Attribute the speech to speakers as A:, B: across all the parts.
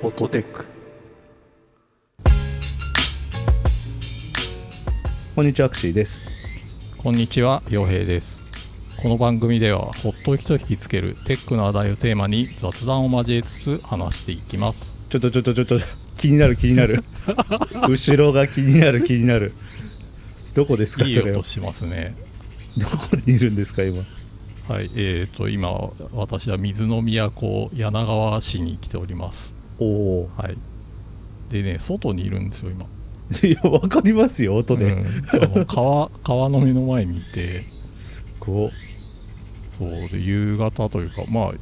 A: フォトテック
B: こんにちはアクシーです
C: こんにちは、洋平です。この番組では、ほっと一息つけるテックの話題をテーマに雑談を交えつつ話していきます。
B: ちょっとちょっとちょっと気になる気にな る後ろが気になる気になるどこですか
C: いい
B: それは
C: 音しますね。
B: どこにいるんですか今
C: はい、えーと、今、私は水の都、柳川市に来ております。
B: おお
C: はい。でね、外にいるんですよ、今。
B: いやわかりますよ音で、
C: うんあの川、川の目の前にいて、
B: すごっ
C: そうで夕方というかまあ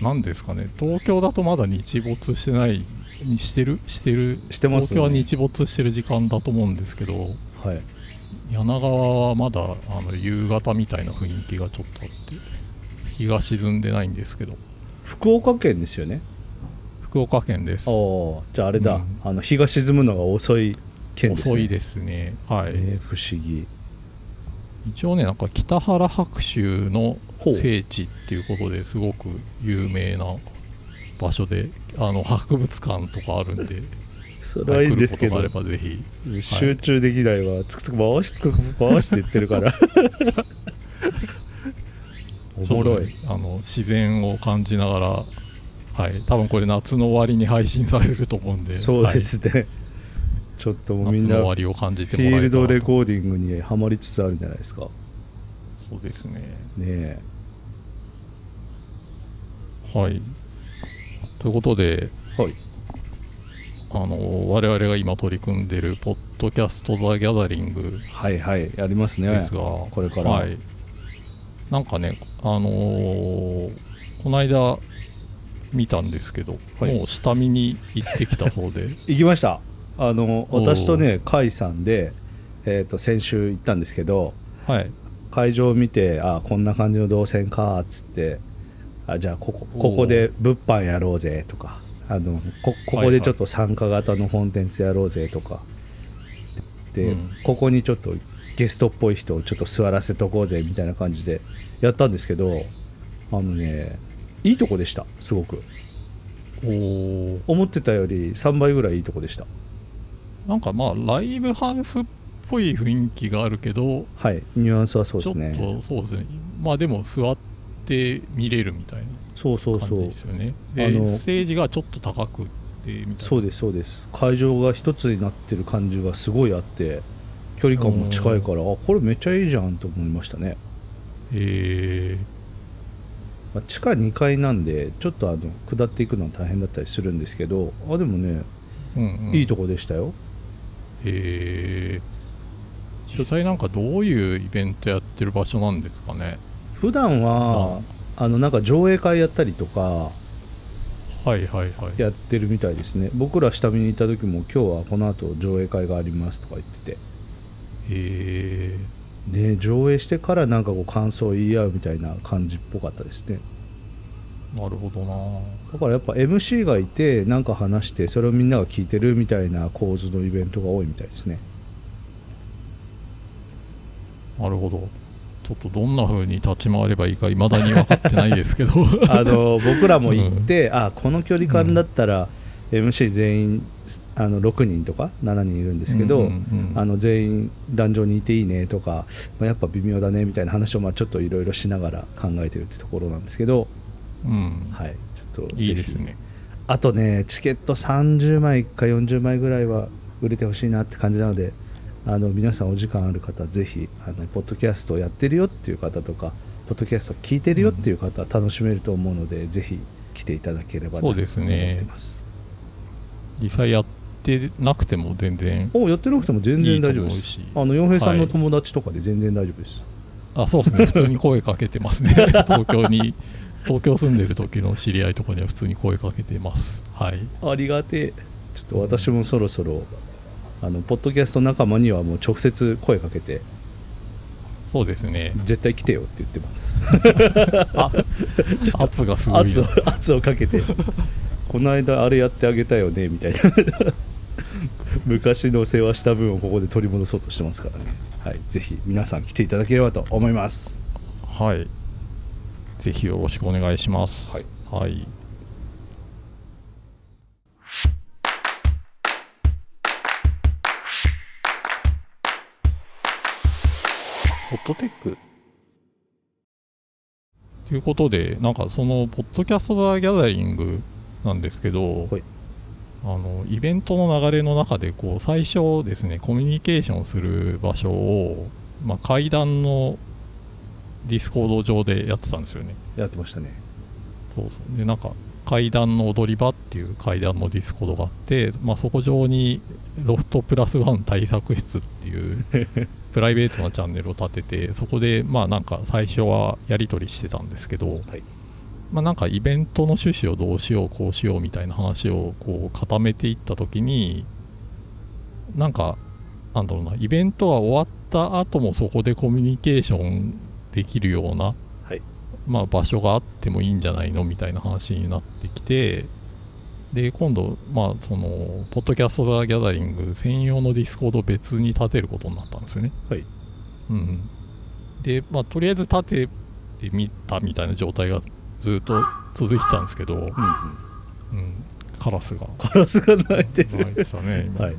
C: 何ですかね東京だとまだ日没してないにしてるしてる
B: してます
C: 東
B: ね
C: 京は日没してる時間だと思うんですけど
B: はい
C: 柳川はまだあの夕方みたいな雰囲気がちょっとあって日が沈んでないんですけど
B: 福岡県ですよね
C: 福岡県です
B: おおじゃああれだ、
C: うん
B: あの日が沈むのが遅い県ですね
C: 遅いですねはい、
B: えー不思議
C: 一応ねなんか北原白秋の
B: ほう
C: 聖地っていうことですごく有名な場所であの博物館とかあるんで
B: それ
C: は
B: はい
C: い
B: いんですけ
C: 来
B: ど
C: ることがあればぜひ
B: 集中できないわ、つくつく回しつくつく回して言ってるから おもろい
C: ちょっとねあの自然を感じながらはい多分これ夏の終わりに配信されると思うんで
B: そうですね、ちょっとも
C: は
B: う
C: い
B: みん
C: 夏
B: な
C: の終
B: フ
C: わりを感じてもら
B: ィ
C: え
B: ー
C: たら
B: ルドレ
C: ー
B: コーディングにはまりつつあるんじゃないですかね
C: そうですね
B: え
C: はいということで
B: はい
C: あの我々が今取り組んでる「ポッドキャスト・ザ・ギャザリング
B: はいはいやります」ね
C: ですが、
B: これから
C: はい、なんかねあのーこの間見たんですけど、
B: はい
C: もう下見に行ってきたそうで
B: 行きましたあの
C: おー
B: 私とね甲斐さんで、えー、と先週行ったんですけど
C: はい
B: 会場を見てあこんな感じの動線かっつってあじゃあここここで物販やろうぜとかあのこここでちょっと参加型のコンテンツやろうぜとか、で、
C: うん
B: ここにちょっとゲストっぽい人をちょっと座らせとこうぜみたいな感じでやったんですけどあのねいいとこでしたすごく
C: おー
B: 思ってたより3倍ぐらいいいとこでした
C: なんかまあライブハウスっぽい雰囲気があるけど、
B: はいニュアンスはそうで
C: ちょっ
B: すね
C: とそうですねまあでも座って見れるみたい
B: そうそう
C: な感
B: そ
C: じ
B: う
C: ですよね
B: あ
C: で
B: の
C: ステージがちょっと高くってみたい
B: そうですそうです会場が一つになってる感じがすごいあって距離感も近いからあこれめっちゃいいじゃんと思いましたね、
C: なへえ
B: まあ、地下2階なんでちょっとあの下っていくのは大変だったりするんですけどあでもね、
C: うんうん
B: いいとこでしたよ
C: へえ実際なんかどういうイベントやってる場所なんですかね
B: 普段はあのなんか上映会やったりとか
C: はいはいはい
B: やってるみたいですね僕ら下見に行った時も今日はこの後上映会がありますとか言ってて
C: へえ
B: ね上映してからなんかこう感想を言い合うみたいな感じっぽかったですね
C: なるほどな
B: だからやっぱ MC がいて何か話してそれをみんなが聞いてるみたいな構図のイベントが多いみたい ですね
C: なるほどちょっとどんな風に立ち回ればいいか未だに分かってないですけど
B: あの僕らも行って、あこの距離感だったら MC 全員あの6人とか7人いるん ですけど、
C: うんうんうん
B: あの全員壇上にいていいねとか、まあやっぱ微妙だねみたいな話をまあちょっといろいろしながら考えてるってところなんですけど、
C: うん
B: はい、ちょっと
C: いい
B: ぜ
C: で
B: ひ
C: すね
B: あとねチケット30枚か40枚ぐらいは売れてほしいなって感じなのであの皆さんお時間ある方ぜひあのポッドキャストをやってるよっていう方とかポッドキャストを聞いてるよっていう方は楽しめると思うので、ぜひ来ていただければなと
C: そう
B: 思っ
C: ですね
B: てます
C: 実際やってなくても全然
B: おやってなくても全然大丈夫で
C: いいと思う
B: す
C: し
B: あの洋平さん
C: は
B: の
C: い
B: 友達とかで全然大丈夫です、
C: あそうですね普通に声かけて ますね東京に東京住んでる時の知り合いとかには普通に声かけてますはい
B: ありがてえちょっと私もそろそろあのポッドキャスト仲間にはもう直接声かけて
C: そうですね
B: 絶対来てよって言ってます
C: 圧がすごい
B: 圧を 圧をかけてこの間あれやってあげたよねみたいな 昔の世話した分をここで取り戻そうとしてますからね、はい、ぜひ皆さん来ていただければと思います
C: はいぜひよろしくお願いします
B: はい、
C: はい
A: トテック
C: ということで、なんかその、ポッドキャスト・ザ・ギャザリングなんですけど、
B: はい
C: あのイベントの流れの中でこう、最初ですね、コミュニケーションする場所を、まあ、階段のディスコード上でやってたんですよね。
B: やってましたね
C: そうそうでなんか階段の踊り場っていう階段のディスコードがあって、まあ、そこ上にロフトプラスワン対策室っていう プライベートなチャンネルを立ててそこでまあなんか最初はやり取りしてたんですけど、
B: はい
C: まあ、なんかイベントの趣旨をどうしようこうしようみたいな話をこう固めていった時になんかなんだろうなイベントは終わった後もそこでコミュニケーションできるようなまあ、場所があってもいいんじゃないのみたいな話になってきてで今度、まあ、そのポッドキャスト・ザ・ギャザリング専用のディスコードを別に立てることになったんですね。
B: はい
C: うんうん、で、まあ、とりあえず立ててみたみたいな状態がずっと続いてたんですけど、うん
B: うん
C: カラスが
B: カラスが鳴いて
C: 鳴
B: る
C: いてたね 今
B: はい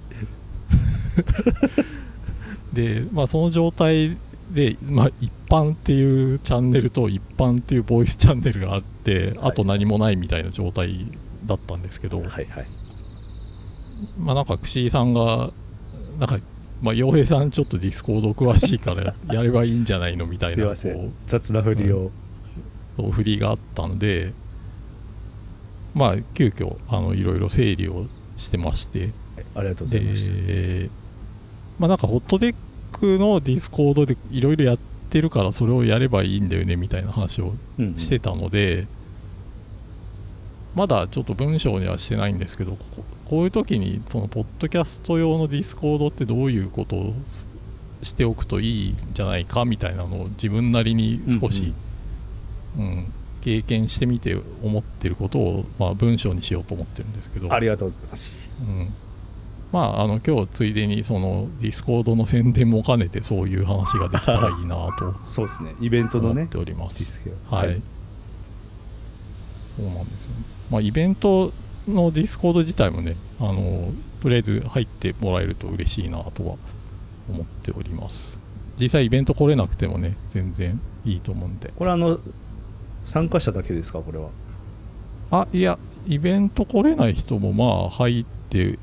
C: で、まあ、その状態で、まあ、一般っていうチャンネルと一般っていうボイスチャンネルがあっ
B: は
C: て、
B: い
C: あと何もないみたいな状態だったんですけど、
B: はいはい
C: まあなんか串井さんがなんか、まあ、洋平さんちょっとディスコード詳しいからやればいいんじゃないのみたい
B: すい
C: なこ
B: ま
C: う
B: せん雑な振りを、
C: そう振りがあったんでまあ急遽あのいろいろ整理をしてまして
B: はいありがとうございました、
C: でまあなんかホットデックのディスコードでいろいろやってるからそれをやればいいんだよねみたいな話を
B: うんうん
C: してたので、まだちょっと文章にはしてないんですけどここういう時にそのポッドキャスト用のディスコードってどういうことをすしておくといいんじゃないかみたいなのを自分なりに少し、うん経験してみて思ってることを、まあ、文章にしようと思ってるんですけど
B: ありがとうございます
C: うん、まああの今日ついでにそのディスコードの宣伝も兼ねてそういう話ができたらいいなと
B: そうですねイベントの
C: 思っ
B: ね
C: ており
B: デ
C: ま
B: ィス
C: す。
B: ケを
C: はい、そうなんですよ、ねまあ、イベントのディスコード自体もねあのとりあえず入ってもらえると嬉しいなとは思っております実際イベント来れなくてもね全然いいと思うんで
B: これあの参加者だけですかこれは
C: あいやイベント来れない人もまあ入って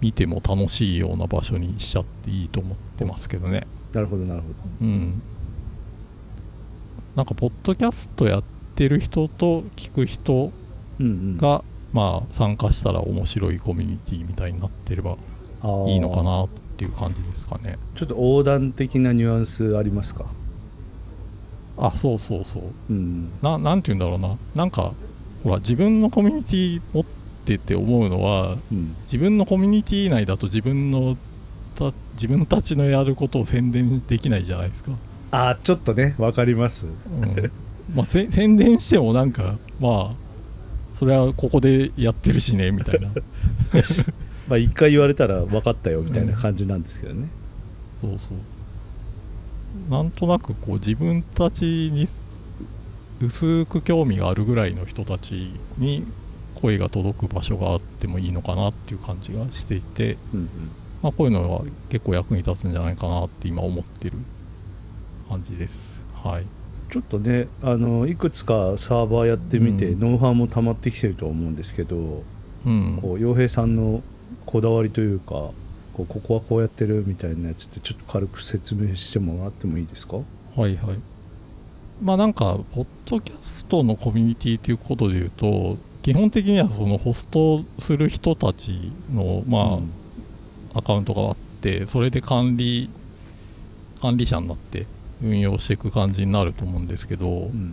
C: みても楽しいような場所にしちゃっていいと思ってますけどね
B: なるほどなるほど
C: うんなんかポッドキャストやってる人と聞く人
B: うん
C: が、まあ参加したら面白いコミュニティみたいになってれば
B: うん
C: いいのか
B: あー
C: なっていう感じですかね
B: ちょっと横断的なニュアンスありますか
C: あそうそうそう
B: うん
C: ななんて言うんだろうななんかほら自分のコミュニティ持ってて思うのは
B: うん
C: 自分のコミュニティ内だと自分のた自分たちのやることを宣伝できないじゃないですか、
B: あーちょっとねわかります
C: うん、まあせ宣伝してもなんかまあそれはここでやってるしねみたいな
B: まあ一回言われたら分かったよみたいな感じなんですけどね、
C: そうそうなんとなくこう自分たちに薄く興味があるぐらいの人たちに声が届く場所があってもいいのかなっていう感じがしていて、
B: うんうん
C: まあ、こういうのは結構役に立つんじゃないかなって今思ってる感じですはい
B: ちょっとねあのいくつかサーバーやってみて、
C: うん
B: ノウハウも溜まってきてると思うんですけど
C: うん
B: こう洋平さんのこだわりというかこうここはこうやってるみたいなやつってちょっと軽く説明してもらってもいいですか
C: はいはいまあなんかポッドキャストのコミュニティということでいうと基本的にはそのホストする人たちのまあ、
B: うん
C: アカウントがあってそれで管理管理者になって運用していく感じになると思うんですけど、
B: うん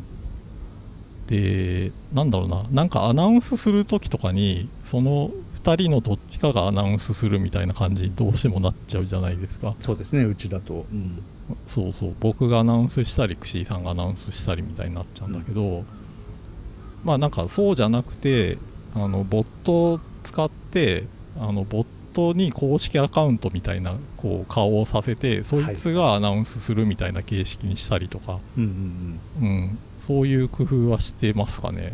C: でなんだろうななんかアナウンスする時とかにその2人のどっちかがアナウンスするみたいな感じにどうしてもなっちゃうじゃないですか
B: そうですねうちだと、うん
C: そうそう僕がアナウンスしたりクシーさんがアナウンスしたりみたいになっちゃうんだけど、まあなんかそうじゃなくてあのボットを使ってあのボットに公式アカウントみたいなこう顔をさせてそいつがアナウンスするみたいな形式にしたりとか、
B: うんうん
C: うん、そういう工夫はしてますかね。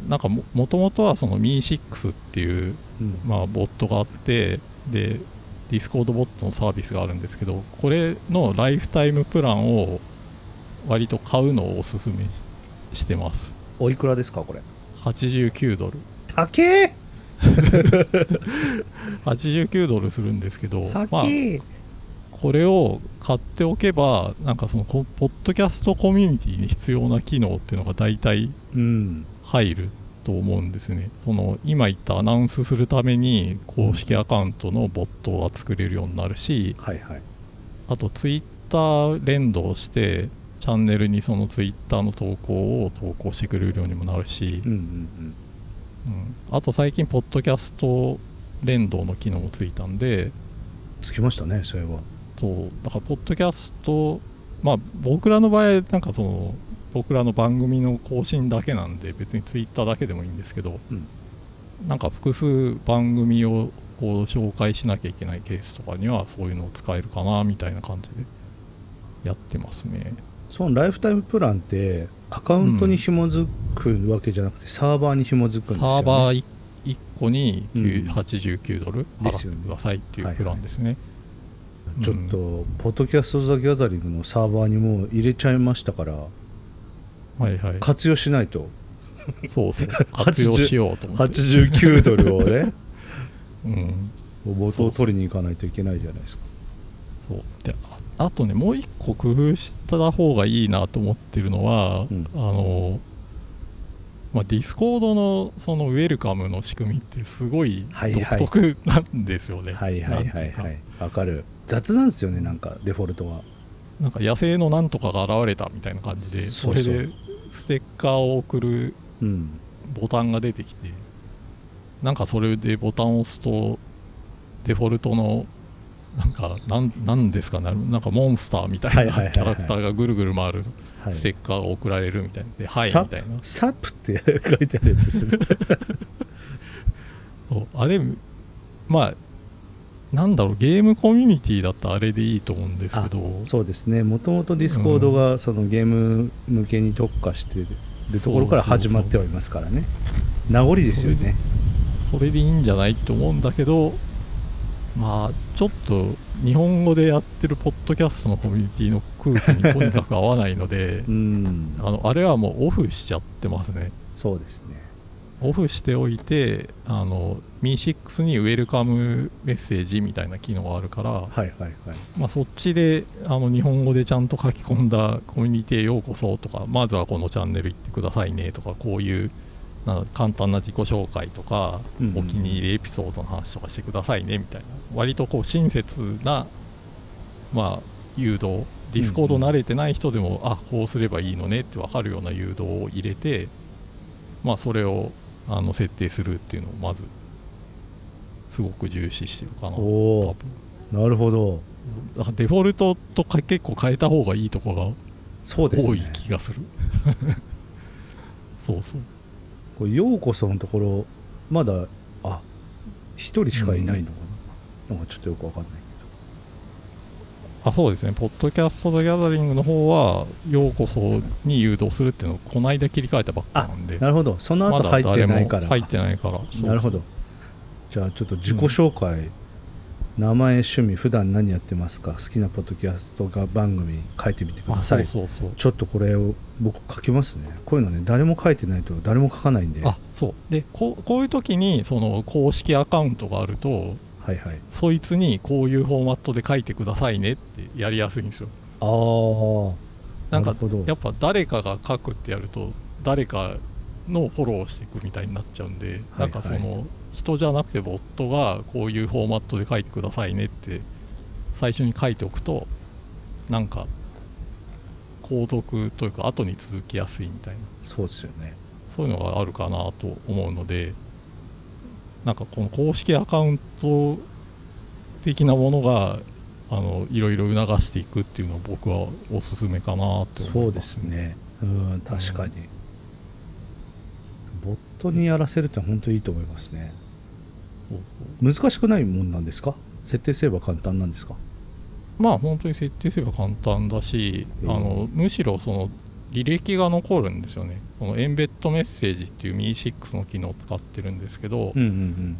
C: うん、なんかももともとはその Mi6 っていう、
B: うんうん
C: まあ、ボットがあってでディスコードボットのサービスがあるんですけどこれのライフタイムプランを割と買うのをおすすめしてます
B: おいくらですかこれ
C: 89ドル
B: 高え
C: 89ドルするんですけど、ま
B: 高
C: あ、
B: え、
C: これを買っておけばなんかそのこポッドキャストコミュニティに必要な機能っていうのが大体
B: うん
C: 入ると思うんですねその今言ったアナウンスするために公式アカウントのボットが作れるようになるし
B: はいはい
C: あとツイッター連動してチャンネルにそのツイッターの投稿を投稿してくれるようにもなるし
B: う、んうん
C: うんあと最近ポッドキャスト連動の機能もついたんで
B: うんつきましたねそれは
C: そうだからポッドキャストまあ僕らの場合なんかその僕らの番組の更新だけなんで別にツイッターだけでもいいんですけど、
B: うん
C: なんか複数番組をこう紹介しなきゃいけないケースとかにはそういうのを使えるかなみたいな感じでやってますね
B: そのライフタイムプランってアカウントに紐づくわけじゃなくて、サーバーに紐づくんですよ、ね、
C: サーバ
B: ー
C: ー1個に9
B: うん
C: 89ドル
B: です
C: 払
B: よ
C: っ
B: ね
C: てくださいってい
B: はいうはい
C: プランですね、
B: ちょっと、ポッドキャスト・ザ・ギャザリングのサーバーにもう入れちゃいましたから
C: はいはい
B: 活用しないと
C: そうそう活用しようと思って、
B: 89ドルを ね
C: うん、
B: 元を取りに行かないといけないじゃないですか
C: そうでああとねもう一個工夫した方がいいなと思ってるのは、
B: うん
C: あのまあ、ディスコードのそのウェルカムの仕組みってすごい
B: はいはい
C: 独特なんですよね。
B: はいはいはいは
C: なんていう
B: いわかる雑なんですよねなんかデフォルトは
C: かなんか野生のなんとかが現れたみたいな感じで
B: そ
C: そう
B: そう
C: れでステッカーを送る
B: うん
C: ボタンが出てきてなんかそれでボタンを押すとデフォルトのなんかなんなんですかねなんかモンスターみた
B: はい
C: い
B: はいはいは
C: ないキャラクターがぐるぐる回る
B: はい
C: ステッカーが送られるみたいなで、はい、
B: サ
C: みたいな
B: サップって書いてあるやつ ですね
C: そうあれまあなんだろうゲームコミュニティだったらあれでいいと思うんですけど
B: そうですねもともとディスコードがそのゲーム向けに特化してるところから始まってはいますからね名残ですよね
C: それでいいんじゃないと思うんだけどまあちょっと日本語でやってるポッドキャストのコミュニティの空気にとにかく合わないの で
B: うん
C: あのあれはもうオフしちゃってますね
B: そうですね
C: オフしておいてあの Mi6 にウェルカムメッセージみたいな機能があるから
B: はいはいはい
C: まあ、そっちであの日本語でちゃんと書き込んだコミュニティへようこそとかまずはこのチャンネル行ってくださいねとかこういうなんだ簡単な自己紹介とか、
B: うんうんうん
C: お気に入りエピソードの話とかしてくださいねみたいな割とこう親切な、まあ、誘導ディスコード慣れてない人でも、あこうすればいいのねって分かるような誘導を入れて、まあ、それをあの設定するっていうのをまずすごく重視してるか
B: お
C: な多
B: お
C: 分
B: なるほど
C: だからデフォルトとか結構変えた方がいいとこが
B: そうです
C: 多い
B: ね
C: 気がする そうそう
B: これようこそのところまだあ一人しかいないのかな、なんかちょっとよくわかんない
C: あそうですねポッドキャスト・ザ・ギャザリングの方はようこそに誘導するっていうのをこの間切り替えたばっかなん
B: け
C: で
B: どなるほどその
C: ま
B: 後
C: だ
B: 入って
C: 誰も
B: ないから
C: 入ってないからそう
B: なるほどじゃあちょっと自己紹介、名前趣味普段何やってますか好きなポッドキャストが番組書いてみてくだ
C: あ
B: さ
C: そ
B: いう
C: そうそう
B: ちょっとこれを僕書きますねこういうのね誰も書いてないと誰も書かないんでは
C: あそうでこうこういう時にその公式アカウントがあると
B: いはい
C: そいつにこういうフォーマットで書いてくださいねってやりやすいんですよ
B: ああ
C: なん
B: な
C: か
B: るほど
C: やっぱ誰かが書くってやると誰かのフォローをしていくみたいになっちゃうんで、なんかその人じゃなくてボットがこういうフォーマットで書いてくださいねって最初に書いておくとなんか後続というか後に続きやすいみたいな
B: そうですよね
C: そういうのがあるかなと思うのでなんかこの公式アカウント的なものがあのいろいろ促していくっていうのは僕はおすすめかなって思います
B: そうですねうん確かに、ボットにやらせるって本当にいいと思いますね
C: そう
B: 難しくないもんなんですか設定すれば簡単なんですか
C: まあ本当に設定すれば簡単だし、
B: うん
C: あのむしろその履歴が残るんですよねこのエンベッドメッセージっていう Mi6 の機能を使ってるんですけど、
B: うんうん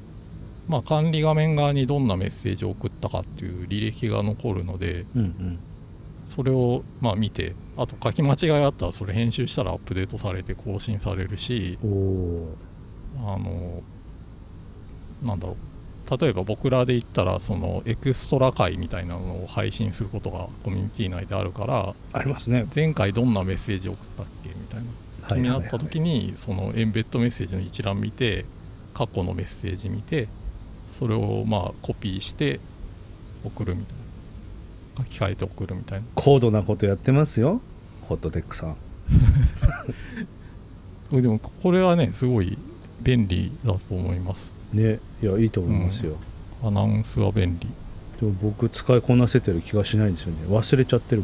C: まあ、管理画面側にどんなメッセージを送ったかっていう履歴が残るので
B: うんうん
C: それをまあ見てあと書き間違いあったらそれ編集したらアップデートされて更新されるし
B: おお
C: あのなんだろう例えば僕らで言ったらそのエクストラ回みたいなのを配信することがコミュニティ内であるから
B: ありますね
C: 前回どんなメッセージ送ったっけみたいな気になった時にそのエンベッドメッセージの一覧見て過去のメッセージ見てそれをまあコピーして送るみたいな書き換えて送るみたいな
B: 高度なことやってますよホットテックさん
C: それでもこれはねすごい便利だと思います
B: ねいやいいと思いますよ、
C: アナウンスは便利
B: でも僕使いこなせてる気がしないんですよね忘れちゃって る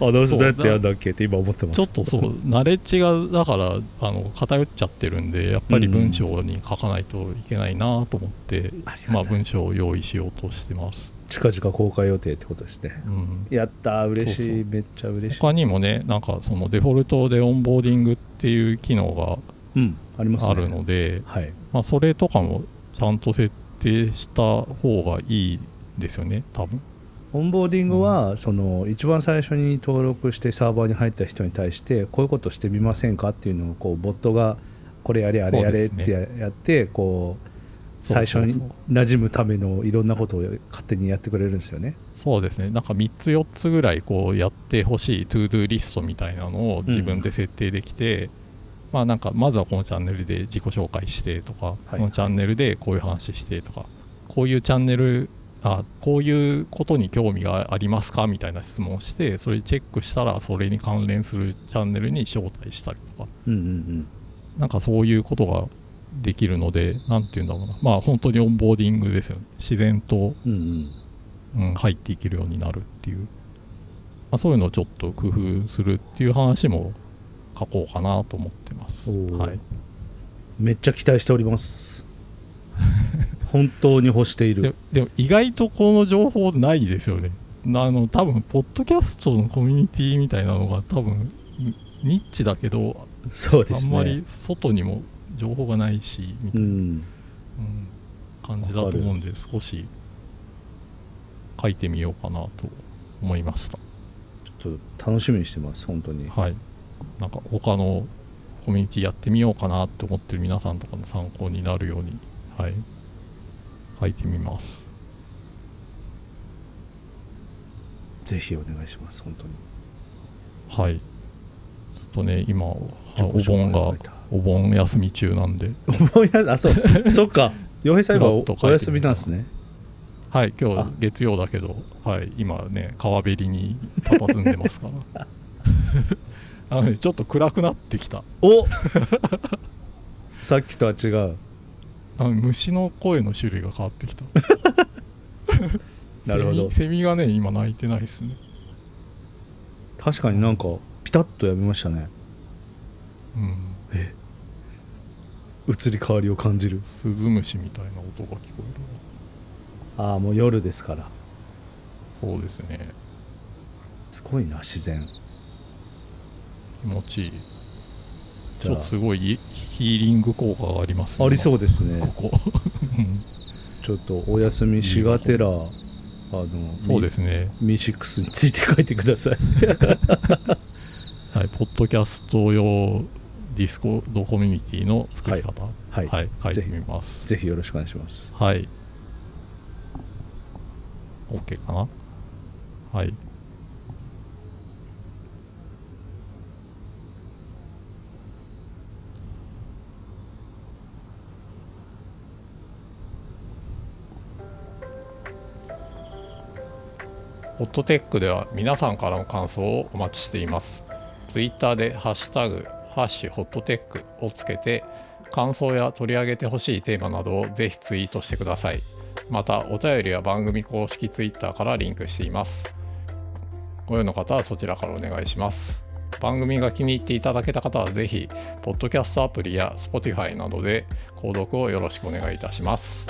B: もんあどうせどうやってやんだっけって今思ってます
C: ちょっとそう慣れ値がだからあの偏っちゃってるんでやっぱり文章に書かないといけないなと思って、
B: ありがたい
C: まあ、文章を用意しようとしてます、
B: 近々公開予定ってことですね
C: うん、
B: やったー嬉しい
C: そう
B: めっちゃ嬉しい
C: 他にもねなんかそのデフォルトでオンボーディングっていう機能
B: うんあります
C: が
B: ね
C: あるので
B: はい
C: まあ、それとかもちゃんと設定した方がいいですよね多分
B: オンボーディングは、その一番最初に登録してサーバーに入った人に対してこういうことしてみませんかっていうのをこうボットがこれやれあれやれっ
C: そう
B: て
C: です
B: や,、ってこう
C: そう
B: 最
C: そ
B: 初
C: うそう
B: に馴染むためのいろんなことを勝手にやってくれるんですよね。
C: そうですねなんか3つ4つぐらいこうやってほしいトゥードゥリストみたいなのを自分で設定できて、まあなんかまずはこのチャンネルで自己紹介してとか、
B: はい
C: このチャンネルでこういう話してとかこういうチャンネルあこういうことに興味がありますかみたいな質問をしてそれチェックしたらそれに関連するチャンネルに招待したりとか
B: うんうんうん、
C: なんかそういうことができるので何て言うんだろうなまあ本当にオンボーディングですよね自然と
B: うんうん、
C: うん、入っていけるようになるっていう、まあ、そういうのをちょっと工夫するっていう話も書こうかなと思ってます。
B: おー
C: はい、
B: めっちゃ期待しており ます。本当に欲してい
C: で
B: る。
C: でも意外とこの情報ないですよね。なあの多分ポッドキャストのコミュニティみたいなのが多分ニニッチだけど、
B: そうで
C: あ
B: す
C: ん
B: ね。
C: まり外にも情報がないしみ
B: う
C: たいな、
B: ん、
C: うん感じだと思うんで少し書いてみようかなと思いました。
B: ちょっと楽しみにしてます本当に。
C: はい、なんか他のコミュニティやってみようかなって思ってる皆さんとかの参考になるように、はい、書いてみます。
B: ぜひお願いします本当に。
C: はい、ちょっとね、今、は
B: ちょ
C: お
B: こちょこ
C: 盆
B: 書
C: が
B: いた、
C: お盆休み中なんで、
B: お盆やあ そうそっか。洋平さん今お
C: ふらっと書いてみた
B: お休みなんですね。
C: はい、今
B: あ
C: 日月曜だけど、はい、今ね、川べりに佇んでますから。 あのね、ちょっと暗くなってきた。
B: おさっきとは違う。
C: あの虫の声の種類が変わってきた。
B: なるほど
C: セミセミがね、今鳴いてないですね。
B: 確かになんかピタッとやめましたね。
C: うん
B: 移り変わりを感じる。
C: スズムシみたいな音が聞こ
B: ああもう夜ですから。
C: えるそうですね
B: すごいな自然。
C: 気持ちいい
B: じ
C: ち
B: ゃ
C: ょ
B: あ
C: っとすごいヒーリング効果がありますね
B: ありそうです
C: 今
B: ね。
C: ここうん
B: ちょっとお休みしがてらあの
C: そうですね、
B: ミシックスについて書いてください
C: はい、ポッドキャスト用ディスコードコミュニティの作り方
B: はい、
C: 書いて
B: ぜひ
C: みます
B: ぜひよろしくお願いします
C: はい OK かなはいホットテックでは皆さんからの感想をお待ちしています。ツイッターでハッシュタグハッシュホットテックをつけて感想や取り上げてほしいテーマなどをぜひツイートしてください。またお便りは番組公式ツイッターからリンクしています。ご用の方はそちらからお願いします。番組が気に入っていただけた方はぜひ、ポッドキャストアプリや Spotify などで購読をよろしくお願いいたします。